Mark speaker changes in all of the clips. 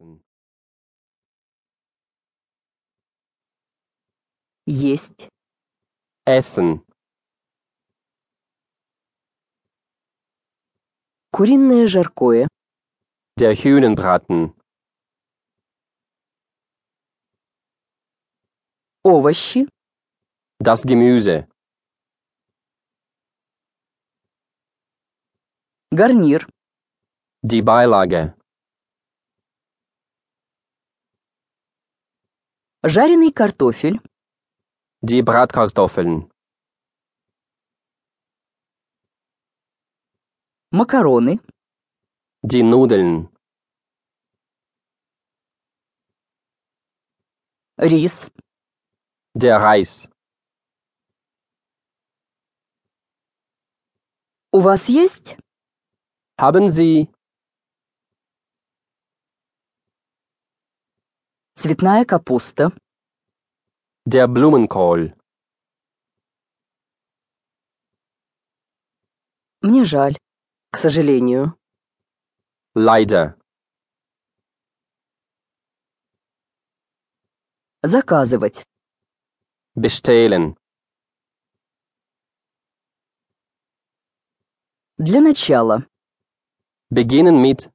Speaker 1: and
Speaker 2: Есть.
Speaker 1: Essen.
Speaker 2: Куриное жаркое.
Speaker 1: Der Hühnenbraten.
Speaker 2: Овощи.
Speaker 1: Das Gemüse.
Speaker 2: Гарнир.
Speaker 1: Die Beilage.
Speaker 2: Жареный картофель.
Speaker 1: Die Bratkartoffeln.
Speaker 2: Макароны.
Speaker 1: Die Nudeln.
Speaker 2: Рис.
Speaker 1: Der Reis.
Speaker 2: У вас есть?
Speaker 1: Haben Sie
Speaker 2: Цветная капуста.
Speaker 1: der Blumenkohl?
Speaker 2: Мне жаль. К сожалению.
Speaker 1: Leider.
Speaker 2: Заказывать.
Speaker 1: Bestehlen.
Speaker 2: Для начала.
Speaker 1: Beginnen mit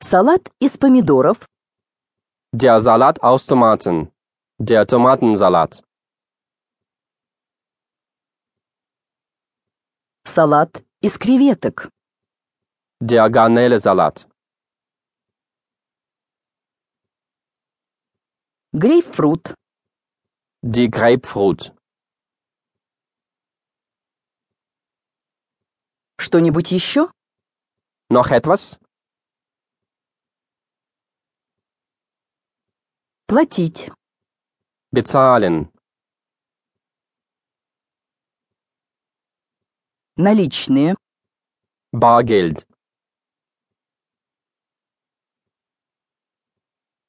Speaker 2: Салат из помидоров.
Speaker 1: der Salat aus Tomaten. Der Tomatensalat.
Speaker 2: Салат из креветок.
Speaker 1: Der Garnelensalat.
Speaker 2: Грейпфрут.
Speaker 1: Die Grapefruit.
Speaker 2: Что-нибудь еще?
Speaker 1: Noch etwas?
Speaker 2: Платить.
Speaker 1: Bezahlen.
Speaker 2: Наличные.
Speaker 1: Bargeld.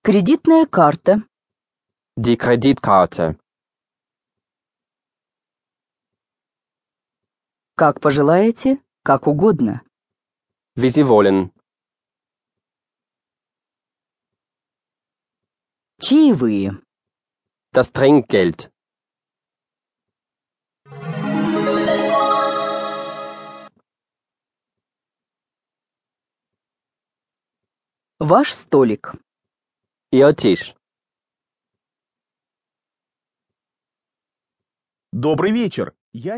Speaker 2: Кредитная карта.
Speaker 1: Die Kreditkarte.
Speaker 2: Как пожелаете, как угодно.
Speaker 1: Wie Sie wollen.
Speaker 2: Чаевые.
Speaker 1: Das Trinkgeld.
Speaker 2: Ваш столик.
Speaker 1: Ihr Tisch.
Speaker 3: Добрый вечер. Я